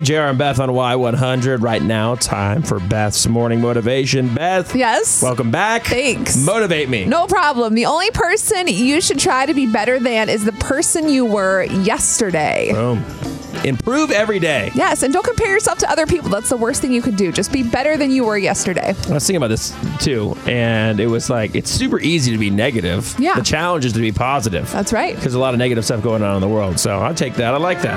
JR and Beth on Y100 right now. Time for Beth's morning motivation. Beth, Yes. welcome back. Thanks. Motivate me. No problem. The only person you should try to be better than is the person you were yesterday. Boom. Improve every day. Yes, and don't compare yourself to other people. That's the worst thing you could do. Just be better than you were yesterday. I was thinking about this too, and it was like it's super easy to be negative. Yeah. Uh, The challenge is to be positive That's right. because a lot of negative stuff going on in the world. So I take that. I like that.